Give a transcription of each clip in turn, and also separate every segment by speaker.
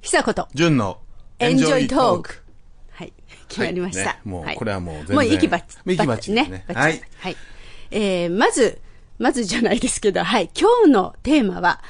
Speaker 1: 久子と、
Speaker 2: 純の
Speaker 1: エンジョイトーク。はい。決まりました。
Speaker 2: はいねもう
Speaker 1: い
Speaker 2: これはもう全然
Speaker 1: もう息ばっち
Speaker 2: もう息ばっちりですね
Speaker 1: ね。はい。はい。えー、まず、まずじゃないですけど、はい。今日のテーマは、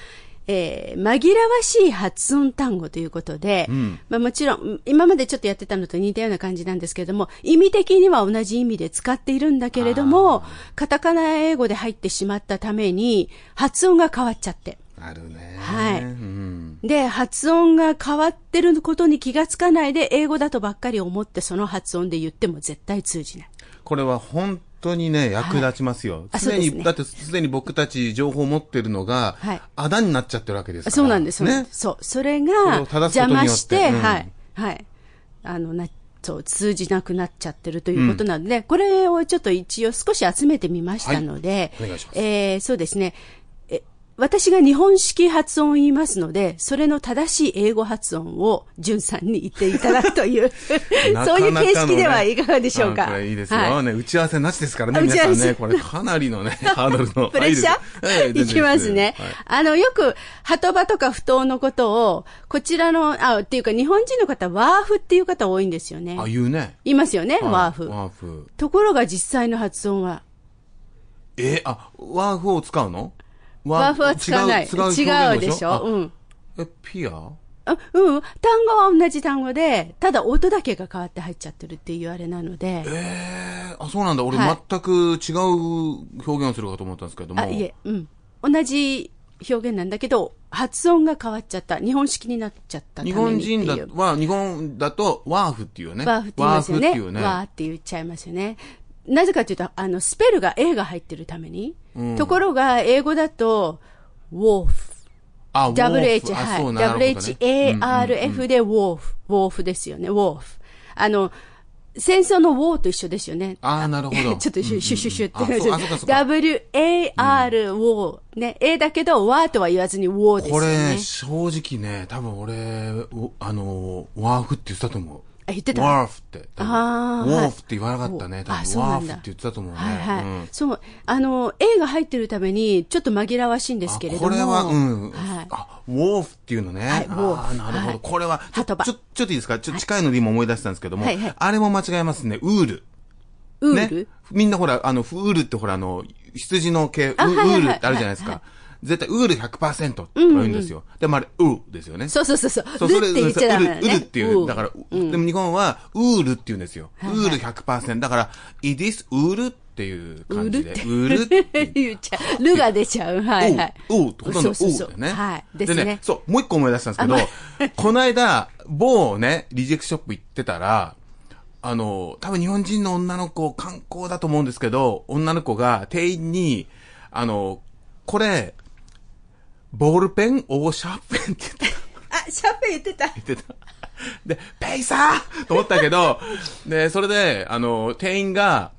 Speaker 1: えー、紛らわしい発音単語ということで、まあもちろん、今までちょっとやってたのと似たような感じなんですけれども、意味的には同じ意味で使っているんだけれども、カタカナ英語で入ってしまったために、発音が変わっちゃって。
Speaker 2: あるね。
Speaker 1: はい
Speaker 2: うん。
Speaker 1: で、発音が変わってることに気がつかないで、英語だとばっかり思って、その発音で言っても絶対通じない。
Speaker 2: これは本当にね、役立ちますよ。
Speaker 1: あ
Speaker 2: 常
Speaker 1: そうで
Speaker 2: に、
Speaker 1: すね
Speaker 2: だってすでに僕たち情報を持ってるのが、
Speaker 1: はい
Speaker 2: あだになっちゃってるわけですから。
Speaker 1: そうなんです、そうなん
Speaker 2: ね
Speaker 1: で。すそう。それ
Speaker 2: れ
Speaker 1: が、
Speaker 2: を正すこと
Speaker 1: 邪
Speaker 2: によっ
Speaker 1: 魔
Speaker 2: て
Speaker 1: して、
Speaker 2: うん
Speaker 1: はい。はい。あの、な、そう、通じなくなっちゃってるということなので、これをちょっと一応少し集めてみましたので、
Speaker 2: はいお願いします
Speaker 1: えーそうですね。え私が日本式発音を言いますので、それの正しい英語発音を、じゅんさんに言っていただくという、
Speaker 2: な
Speaker 1: そう
Speaker 2: か
Speaker 1: い
Speaker 2: な
Speaker 1: う
Speaker 2: かのね
Speaker 1: 形式ではいかがでしょう
Speaker 2: あ
Speaker 1: か。
Speaker 2: これいいですよ、
Speaker 1: はい
Speaker 2: ね。打ち合わせなしですからね、
Speaker 1: あ
Speaker 2: 皆さん
Speaker 1: 打ち合わ
Speaker 2: ね。
Speaker 1: せ
Speaker 2: これかなり のね、ハードルの。
Speaker 1: プレッシャ
Speaker 2: はいいい
Speaker 1: ー、
Speaker 2: ですええ全
Speaker 1: い
Speaker 2: 然
Speaker 1: きますね。
Speaker 2: はい
Speaker 1: あの、よく、鳩場とか不当のことを、こちらの、あ、っていうか日本人の方、ワーフっていう方多いんですよね。
Speaker 2: あ、言うね。
Speaker 1: いますよね、
Speaker 2: はい
Speaker 1: ワーフ。
Speaker 2: ワーフ。
Speaker 1: ところが実際の発音は、
Speaker 2: え、あ、ワーフを使うの
Speaker 1: ワーフは使わない。
Speaker 2: 違う表
Speaker 1: 違う
Speaker 2: 現
Speaker 1: でしょ
Speaker 2: あ
Speaker 1: うん。
Speaker 2: え、ピア
Speaker 1: あうん。単語は同じ単語で、ただ音だけが変わって入っちゃってるっていうあれなので、
Speaker 2: えあ、そうなんだ。俺、
Speaker 1: はい
Speaker 2: 全く違う表現をするかと思ったんですけども。
Speaker 1: あ、いえ、うん。同じ表現なんだけど、発音が変わっちゃった。日本式になっちゃったため
Speaker 2: 日
Speaker 1: にっていう。
Speaker 2: 本人だは、日本だと、ワーフっていうね。
Speaker 1: ワーフって言いますよね。
Speaker 2: ワ
Speaker 1: ワ
Speaker 2: ーフっていうね。
Speaker 1: ーって言っちゃいますよね。なぜかというと、あの、スペルが A が入ってるために。ところが、英語だと、ウォーフ。WH、
Speaker 2: あ、ウォーフあ
Speaker 1: はい。
Speaker 2: そうなるほどね
Speaker 1: WHARF でウォーフ。ウォーフですよね、ウォーフ。あの、戦争のウォーと一緒ですよね。
Speaker 2: あーなるほ ど
Speaker 1: ちょっとシュシュシュシュって
Speaker 2: あそうあそうかそうか
Speaker 1: WAR ウォー。ね、A だけど、ワーとは言わずにウォーです
Speaker 2: こ
Speaker 1: よね。
Speaker 2: れ、正直ね、多分俺、おあの、ワーフって言ってたと思う。
Speaker 1: あ言ってた
Speaker 2: ワーフって。多分
Speaker 1: あー
Speaker 2: ワ
Speaker 1: は
Speaker 2: ー
Speaker 1: い
Speaker 2: フって言わなかったね。多
Speaker 1: あ
Speaker 2: 分
Speaker 1: そう
Speaker 2: ワ
Speaker 1: な
Speaker 2: ー
Speaker 1: ん
Speaker 2: フっ
Speaker 1: だ
Speaker 2: て言ってたと思うね。
Speaker 1: はいはい、
Speaker 2: うん
Speaker 1: そう、あの、A が入ってるために、ちょっと紛らわしいんですけれども。
Speaker 2: あこれは、うん。
Speaker 1: はい。
Speaker 2: あ、ウォーフっていうのね。
Speaker 1: はいウォーフ
Speaker 2: あなるほど。
Speaker 1: はい
Speaker 2: これは、ちょ、
Speaker 1: 鳩場
Speaker 2: ちょ、ちょっといいですかちょ、近いので今思い出したんですけども、
Speaker 1: はいはい
Speaker 2: あれも間違えますね。ウール。
Speaker 1: ウール、
Speaker 2: ね、みんなほら、あの、ウールってほら、あの、羊の毛、ウ
Speaker 1: あはいはいはい
Speaker 2: ウールってあるじゃないです
Speaker 1: は
Speaker 2: か。絶対、ウール100%とか言うんですよ。でもあれ、ウーですよね。
Speaker 1: そうそうそうそう。
Speaker 2: そう、
Speaker 1: ル
Speaker 2: そ
Speaker 1: っ
Speaker 2: れ、
Speaker 1: て言っちゃダメだ
Speaker 2: ウ
Speaker 1: ね。
Speaker 2: ルウルっていう、だから、でも日本は、ウールって言うんですよ。ウ
Speaker 1: はい
Speaker 2: ール100%。だから、イディスウールっていう感じで、ウールって
Speaker 1: ル 言っちゃう。ルが出ちゃう。はいはい。
Speaker 2: おう、おうってほとんどおう
Speaker 1: そうそうそ
Speaker 2: だよ
Speaker 1: う
Speaker 2: ね。
Speaker 1: はい
Speaker 2: で
Speaker 1: ですね
Speaker 2: ね、そう、もう一個思い出したんですけど、この間、某ね、リジェクトショップ行ってたら、あの、多分日本人の女の子、観光だと思うんですけど、女の子が店員に、あの、これ、ボールペン、オーシャーペンって言って
Speaker 1: あ、シャーペン言ってた。
Speaker 2: 言ってた。で、ペイサーと思ったけど、で、それで、あの、店員が、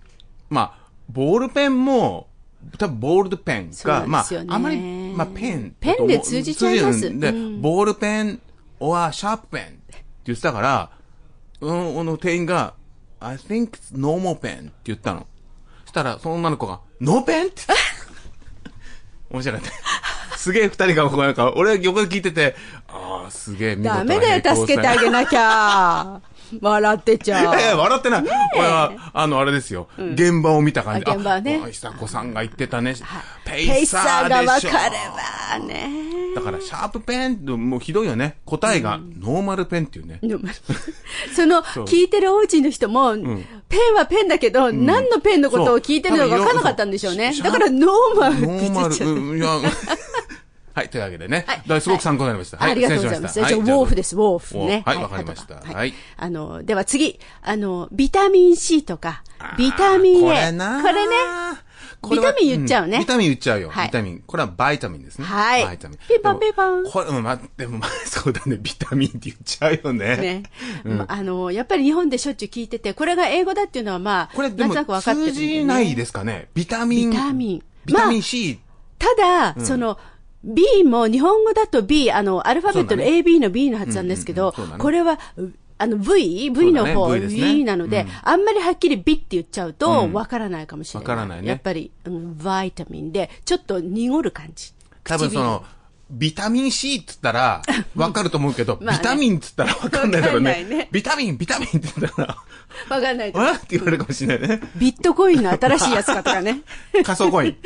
Speaker 2: まあ、ボールペンも、多分ボールドペン
Speaker 1: そうな
Speaker 2: が、
Speaker 1: んで
Speaker 2: まあ
Speaker 1: すよね、
Speaker 2: あまり、まあ、ペン
Speaker 1: ペンで
Speaker 2: だと思う
Speaker 1: 通じちゃいます
Speaker 2: 通じるんで、
Speaker 1: うん
Speaker 2: ボールペン、オア、シャープペンって言ってたから、うん、あの、店員が、I think it's normal pen って言ったの。そしたら、その女の子が、ノーペンって言った。面白かった。すげえ二人がこうなんか、俺は横で聞いてて、ああ、すげえ見事な
Speaker 1: ダメだよ、
Speaker 2: 平行線
Speaker 1: 助けてあげなきゃ。笑ってちゃう。
Speaker 2: いやいや、笑ってない。俺は、あの、あれですよ。現場を見た感じ。
Speaker 1: あ現場ね
Speaker 2: あ久子さんが言ってたね。ペ
Speaker 1: ペ
Speaker 2: イ
Speaker 1: イ
Speaker 2: サ
Speaker 1: サー
Speaker 2: ー
Speaker 1: が
Speaker 2: でし
Speaker 1: 分
Speaker 2: ょ。
Speaker 1: かればね。
Speaker 2: だから、シャープペンって、もうひどいよね。答えが、ノーマルペンっ ていうね。
Speaker 1: でもその、聞いてるおうちの人も、ペンはペンだけど、何のペンのことを聞いてるのか分からなかったんでしょうね。
Speaker 2: そう
Speaker 1: だから、ノーマルって
Speaker 2: ノ
Speaker 1: 言
Speaker 2: ー
Speaker 1: っちゃ
Speaker 2: マ
Speaker 1: っ
Speaker 2: ル、
Speaker 1: た。
Speaker 2: うんいや。 はい、というわけでね。
Speaker 1: はい
Speaker 2: だからすごく参考になりました。。
Speaker 1: ありがとうございます。じゃあ、ウォーフですす、ウォーフね。
Speaker 2: ウォーフはいわかりました
Speaker 1: 鳩場
Speaker 2: はい
Speaker 1: あの、では次、あの、ビタミン C とか、ビタミン A。
Speaker 2: これな
Speaker 1: これね。
Speaker 2: これ
Speaker 1: ビ
Speaker 2: は
Speaker 1: タミン言っちゃうね
Speaker 2: んビタミン言っちゃうよ。
Speaker 1: はい
Speaker 2: ビタミン。これはバイタミンですね。
Speaker 1: はい
Speaker 2: バイタミン。
Speaker 1: ピンポンピンポン
Speaker 2: でもこれ、うんま、でも、ま、そう だね。ビタミンって言っちゃうよね。
Speaker 1: ね。まあの、やっぱり日本でしょっちゅう聞いてて、これが英語だっていうのはまあ、
Speaker 2: これで
Speaker 1: なん
Speaker 2: も
Speaker 1: となく分かってるん
Speaker 2: 通
Speaker 1: だよね
Speaker 2: じないですかね。ビタミン。
Speaker 1: ビタミン。
Speaker 2: ビタミ
Speaker 1: ま
Speaker 2: ン C。
Speaker 1: あ、ただ、その、B も日本語だと B、あの、アルファベットの
Speaker 2: そう
Speaker 1: AB の B の発音ですけど、
Speaker 2: うんうんうんそうだね
Speaker 1: これは、あの V? V の
Speaker 2: そ
Speaker 1: 方、
Speaker 2: うだね V ですね
Speaker 1: V なので、あんまりはっきり B って言っちゃうと、わからないかもしれない。
Speaker 2: わからないね
Speaker 1: やっぱり、うん、バイタミンで、ちょっと濁る感じ。
Speaker 2: 多分そ
Speaker 1: 唇
Speaker 2: の、ビタミン C っつったら、わかると思うけど、
Speaker 1: まあね
Speaker 2: ビタミンっつったらわかんないだろ
Speaker 1: わかん
Speaker 2: う
Speaker 1: ない
Speaker 2: ね
Speaker 1: ね。
Speaker 2: ビタミン、ビタミンって言ったら、
Speaker 1: わかんないけど
Speaker 2: わーって言われるかもしれないね。
Speaker 1: ビットコインの新しいやつかとかね。
Speaker 2: 仮想コイン。ね。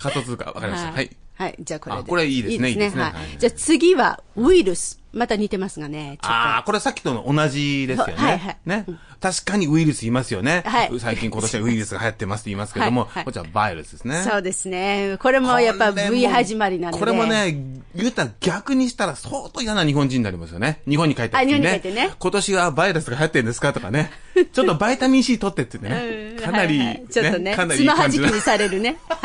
Speaker 2: 仮想通貨。わかりました。はい。。
Speaker 1: はい。じゃあこれで。
Speaker 2: あこれいいですねいいですね
Speaker 1: はい
Speaker 2: はい。
Speaker 1: じゃあ次はウイルス。また似てますがね。ちょっと
Speaker 2: ああ、これさっきとの同じですよね。
Speaker 1: はいはい
Speaker 2: ね。確かにウイルスいますよね。
Speaker 1: はい
Speaker 2: 最近今年はウイルスが流行ってますって言いますけども、
Speaker 1: はいはい
Speaker 2: こっちはバイルスですね。
Speaker 1: そうですね。これもやっぱ V 始まりなんで。
Speaker 2: これも。ね、言うたら逆にしたら相当嫌な日本人になりますよね。日本に帰ってき
Speaker 1: あ
Speaker 2: て
Speaker 1: 日
Speaker 2: ね。
Speaker 1: 本に帰ってね
Speaker 2: 今年はバイルスが流行ってるんですかと かね。ちょっとバイタミン C 取ってって
Speaker 1: う
Speaker 2: ね
Speaker 1: ん。
Speaker 2: かなり、
Speaker 1: はいはいちょっとね、
Speaker 2: かなり
Speaker 1: つ
Speaker 2: いい
Speaker 1: まは
Speaker 2: 感
Speaker 1: じ
Speaker 2: じ
Speaker 1: き
Speaker 2: の。
Speaker 1: にされ るね。は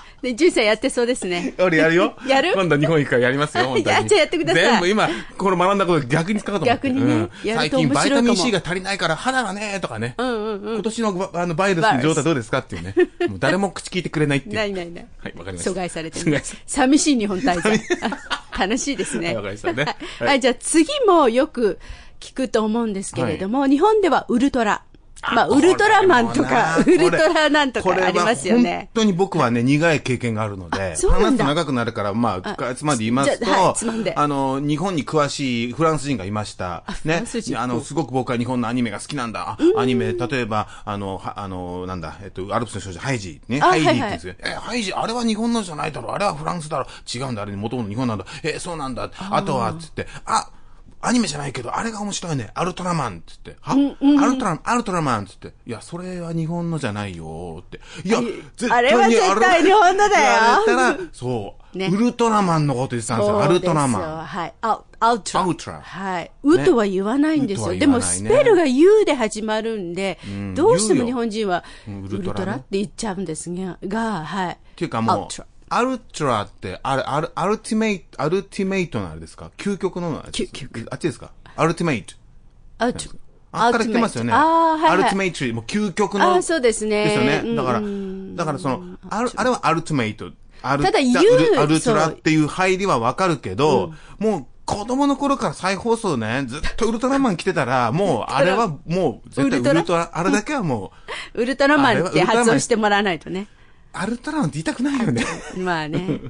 Speaker 1: い。で、ジュンさんやってそうですね。
Speaker 2: 俺やるよ
Speaker 1: 。やる
Speaker 2: 今度日本行くからやりますよ、本当に。
Speaker 1: や じゃあやってください
Speaker 2: 全部今、この学んだこと逆に使おうと思って。
Speaker 1: 逆にね
Speaker 2: うん
Speaker 1: やる
Speaker 2: 最
Speaker 1: と面白いか
Speaker 2: 近
Speaker 1: も
Speaker 2: バイタミン C が足りないから肌がね、とかね。
Speaker 1: うんうんうん。
Speaker 2: 今年のばあのバイルスの状態どうですかっていうね。もう誰も口聞いてくれない っていう。
Speaker 1: ないないない。
Speaker 2: はい、わかりました。
Speaker 1: 阻害されて
Speaker 2: 阻
Speaker 1: る
Speaker 2: 害さ。
Speaker 1: 寂しい日本滞在。 楽しいですね。
Speaker 2: はいわかりまし たねはい
Speaker 1: はい、じゃあ次もよく聞くと思うんですけれども、日本れはウルトラ。まあ、ウルトラマンとか、ウ
Speaker 2: これも
Speaker 1: ル
Speaker 2: な
Speaker 1: トラなんとか
Speaker 2: これ
Speaker 1: ありますよ
Speaker 2: これは本
Speaker 1: ね。
Speaker 2: 当に僕はね、苦い経験があるので、
Speaker 1: あそうな
Speaker 2: 話
Speaker 1: ん
Speaker 2: す
Speaker 1: だ
Speaker 2: と長くなるから、まあ、かつまんで言いますと、
Speaker 1: じゃあはいつまんで
Speaker 2: あの、日本に詳しいフランス人がいました。
Speaker 1: フラ
Speaker 2: ね
Speaker 1: ンス。人
Speaker 2: あの、すごく僕は日本のアニメが好きなんだ。あアニメ、例えば、あの、はあの、なんだ、えっと、アルプスの少女、ハイジね。
Speaker 1: あ
Speaker 2: ハイジっ
Speaker 1: は
Speaker 2: て
Speaker 1: い
Speaker 2: 言
Speaker 1: は
Speaker 2: う
Speaker 1: い
Speaker 2: んですよ。え、ハイジ、あれは日本のじゃないだろ。あれはフランスだろ。違うんだ、あれ元々日本なんだ。え、そうなんだ。あとは、つって、あ、アニメじゃないけど、あれが面白いね。アルトラマンっつって。は、アルトラマン、アルトラマンっつって。いや、それは日本のじゃないよって。いや、絶
Speaker 1: あれは
Speaker 2: に
Speaker 1: 絶対日本のだよ
Speaker 2: 言われたら、そう、
Speaker 1: ね
Speaker 2: ウルトラマンのこと言ってたんですよ。アルトラ
Speaker 1: そうですよ
Speaker 2: マン。
Speaker 1: はい。アウアウトラ。
Speaker 2: アウトラ
Speaker 1: はい。ウとは言わないんですよ。
Speaker 2: ウと
Speaker 1: で
Speaker 2: は言わ
Speaker 1: も、
Speaker 2: ない
Speaker 1: ス
Speaker 2: ね
Speaker 1: ペルが U で始まるんで、
Speaker 2: ん
Speaker 1: どうして
Speaker 2: 言
Speaker 1: も
Speaker 2: うよ
Speaker 1: 日本人は、
Speaker 2: うん
Speaker 1: ウ
Speaker 2: ウ
Speaker 1: ル
Speaker 2: ル
Speaker 1: ト
Speaker 2: トラね
Speaker 1: ラって言っちゃうんですが、がはい。
Speaker 2: っていうか
Speaker 1: アウ
Speaker 2: も
Speaker 1: ト
Speaker 2: う
Speaker 1: ラ、
Speaker 2: アルトラって、あれ、あれ、アルティメイト、アルティメイトのあれですか究極のあれです
Speaker 1: 究
Speaker 2: あっちですかアルティメイト。
Speaker 1: アウト
Speaker 2: あっから来てますよね。
Speaker 1: アウトメイトあー、はい、はい。
Speaker 2: アルティメイト、もう究極
Speaker 1: あ
Speaker 2: の。
Speaker 1: ーそうですね
Speaker 2: ですよ
Speaker 1: う
Speaker 2: ね。
Speaker 1: ん
Speaker 2: だから、だからその、ある、あれはアルティメイト。アル
Speaker 1: ただ言う
Speaker 2: ザウルアルトラ
Speaker 1: そう
Speaker 2: っていう入りはわかるけど、もう、子供の頃から再放送ね、ずっとウルトラマン来てたら、もう、あれはもう、絶対
Speaker 1: ウ
Speaker 2: ウ
Speaker 1: ル
Speaker 2: ル
Speaker 1: ト
Speaker 2: トラ、あれだけはもう、
Speaker 1: ウルトラマンっ
Speaker 2: あ
Speaker 1: て
Speaker 2: れはウルトラマン
Speaker 1: 発音してもらわないとね。
Speaker 2: アルトラマンって言いたくないよね。
Speaker 1: まあ ね。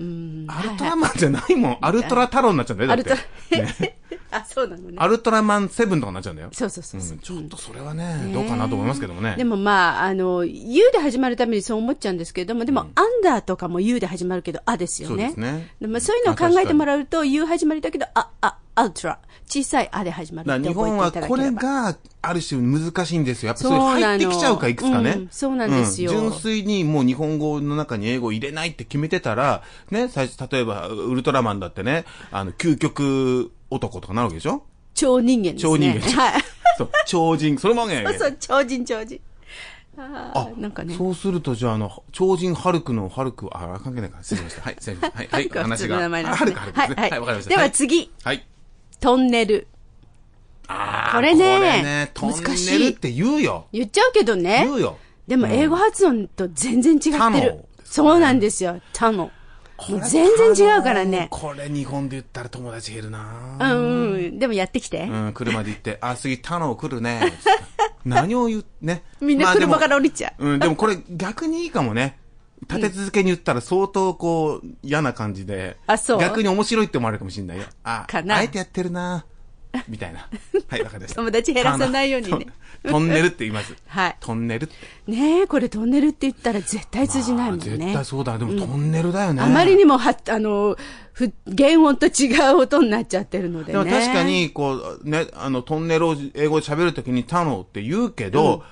Speaker 1: うん。
Speaker 2: アルトラマンじゃないもん。アルトラ太郎になっちゃうんだよ、
Speaker 1: アル
Speaker 2: だっ
Speaker 1: トラ
Speaker 2: て。、
Speaker 1: あ、そうなのね。
Speaker 2: アルトラマンセブンとかになっちゃうんだよ。
Speaker 1: そうそうそうそう
Speaker 2: うんちょっとそれはね、どうかなと思いますけどもね。
Speaker 1: でもまあ、あの、U で始まるためにそう思っちゃうんですけれども、でも、アンダーとかも U で始まるけど、あですよね。
Speaker 2: そうですね
Speaker 1: でもそういうのを考えてもらうと、U 始まりだけど、あ、あ、アウトラ。小さいあで始まる
Speaker 2: だ
Speaker 1: っ
Speaker 2: から
Speaker 1: て
Speaker 2: 日
Speaker 1: 覚えて
Speaker 2: 本
Speaker 1: いただ
Speaker 2: は
Speaker 1: ければ。
Speaker 2: これがある種難しいんですよ。やっぱそれ
Speaker 1: そうなの
Speaker 2: 入ってきちゃうか、いくつかね。
Speaker 1: うんそうなんですよ
Speaker 2: うん純粋にもう日本語の中に英語を入れないって決めてたら、ね、最初、例えば、ウルトラマンだってね、あの、究極男とかなるわけでしょ
Speaker 1: 超人間ですね。
Speaker 2: 超人間
Speaker 1: はい。
Speaker 2: そう、超人、そのままや
Speaker 1: そう
Speaker 2: ね
Speaker 1: そう、超人、超人。ああ、なんかね。
Speaker 2: そうすると、じゃあ、あの、超人ハルクのハルク、あ、関係ないから、失礼しました。はい、失礼しました。は い、は
Speaker 1: は
Speaker 2: い、
Speaker 1: 普通
Speaker 2: 話
Speaker 1: の
Speaker 2: が。
Speaker 1: 名前なん
Speaker 2: あ
Speaker 1: です
Speaker 2: ハ
Speaker 1: ね
Speaker 2: ルク、ハルクですね。はい、わかりました。、
Speaker 1: ではい次、
Speaker 2: はい。
Speaker 1: トンネル。
Speaker 2: あー
Speaker 1: これね
Speaker 2: これね、トン
Speaker 1: 難しい
Speaker 2: ネルって言うよ。
Speaker 1: 言っちゃうけどね。
Speaker 2: 言うよ。
Speaker 1: でも英語発音と全然違ってる。
Speaker 2: タモですね
Speaker 1: そうなんですよ。タモ。もう全然違うからね。
Speaker 2: これ日本で言ったら友達減る
Speaker 1: う
Speaker 2: なん
Speaker 1: うん。でもやってきて。
Speaker 2: うん、車で行って、あ、次、他の来る ね。何を言う、ね。
Speaker 1: みんな
Speaker 2: まあでも
Speaker 1: 車から降りちゃう
Speaker 2: うん、でもこれ逆にいいかもね。立て続けに言ったら相当こう、嫌な感じで。
Speaker 1: あそう
Speaker 2: 逆に面白いって思われるかもしれないよ。あ、
Speaker 1: かな
Speaker 2: あえてやってるなみたい な。はい、わかりました。
Speaker 1: 友達減らさないようにね
Speaker 2: あのトンネルって言います。
Speaker 1: はい
Speaker 2: トンネルって。
Speaker 1: ねえ、これトンネルって言ったら絶対通じないもん
Speaker 2: まあ
Speaker 1: ね
Speaker 2: 絶対。そうだ。でもトンネルだよね。
Speaker 1: あまりにもは、あの、ふ原音と違う音になっちゃってるので
Speaker 2: で
Speaker 1: ね。
Speaker 2: も確か。に、こう、ね、あの、トンネルを英語で喋るときにタノって言うけど、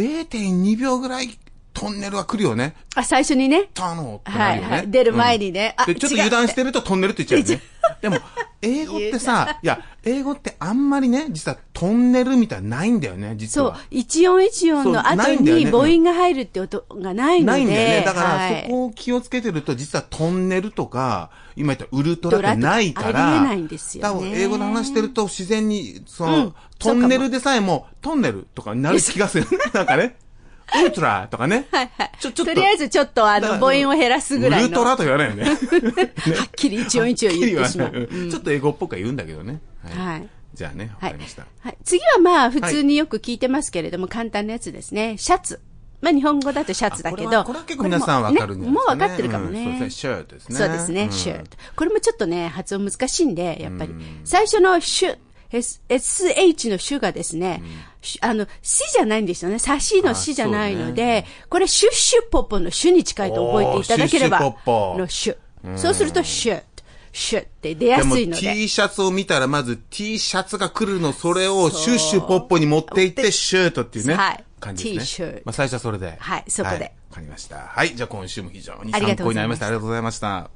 Speaker 2: 0.2秒ぐらいトンネルは来るよね。
Speaker 1: あ、最初にね。
Speaker 2: タノってな
Speaker 1: は
Speaker 2: る
Speaker 1: い
Speaker 2: よね。
Speaker 1: はい。出る前にね。あ、
Speaker 2: で、ちょっと
Speaker 1: 違う
Speaker 2: 油断してるとトンネルって言っちゃうよね。でも、英語ってさ、いや、英語ってあんまりね、実はトンネルみたいなのないんだよね、実
Speaker 1: そう
Speaker 2: は。、
Speaker 1: 一音一音の
Speaker 2: そうな
Speaker 1: 後
Speaker 2: いんだよ
Speaker 1: に
Speaker 2: ね
Speaker 1: 母音が入るって音がないので。
Speaker 2: ないんだよね。だ
Speaker 1: は
Speaker 2: から、
Speaker 1: い
Speaker 2: そこを気をつけてると、実はトンネルとか、今言ったウルトラってないか
Speaker 1: ドラと
Speaker 2: ら、
Speaker 1: かありえないんですよね
Speaker 2: 多分英語で話してると自然に、その、
Speaker 1: うん
Speaker 2: トンネルでさえも、トンネルとかになる気 がする。なんかね、ウルトラとかね。はいはい。ちょ、ちょっ
Speaker 1: と
Speaker 2: と。
Speaker 1: りあえずちょっとあの、母音を減らすぐらいの。
Speaker 2: ウルトラと言わないよね。
Speaker 1: はっきり一音一音言ってしま。
Speaker 2: はっきり言わないううんちょっと英語っぽくは言うんだけどね。
Speaker 1: はい。
Speaker 2: じゃあね、わ
Speaker 1: は
Speaker 2: か
Speaker 1: い
Speaker 2: りました。。
Speaker 1: はい次はまあ、普通によく聞いてますけれども、簡単なやつですね。シャツ。まあ日本語だとシャツだけど。
Speaker 2: あこれはこれは結構皆さんわかるんじ
Speaker 1: もう
Speaker 2: ゃないです
Speaker 1: も
Speaker 2: か、
Speaker 1: う
Speaker 2: ね。
Speaker 1: 分かってるかもね。
Speaker 2: うんそうですね。シャーですね。
Speaker 1: そうですね、
Speaker 2: ん
Speaker 1: シュート。これもちょっとね、発音難しいんで、やっぱり。最初のシュ、S- sh のシュがですね、シュあの、死じゃないんですよね。差しの死じゃないので、これシュッシュッポッポのシュに近いと覚えていただければ、
Speaker 2: おーシュッシュポッポ
Speaker 1: のシュ。そうするとシュッ、シュッって出やすい
Speaker 2: でも
Speaker 1: ので。
Speaker 2: T シャツを見たら、まず T シャツが来るの、それをシュッシュポッポに持っていっ
Speaker 1: 持って
Speaker 2: て、シュートっていうね。
Speaker 1: はい
Speaker 2: 感じですね。
Speaker 1: T シャツ
Speaker 2: まあ最初はそれで。
Speaker 1: はいそこで
Speaker 2: わ、かりました。はい。じゃあ今週も非常に
Speaker 1: ありが
Speaker 2: 参
Speaker 1: とうご
Speaker 2: 考に
Speaker 1: ざま
Speaker 2: ないりま
Speaker 1: し
Speaker 2: したた。ありがとうございました。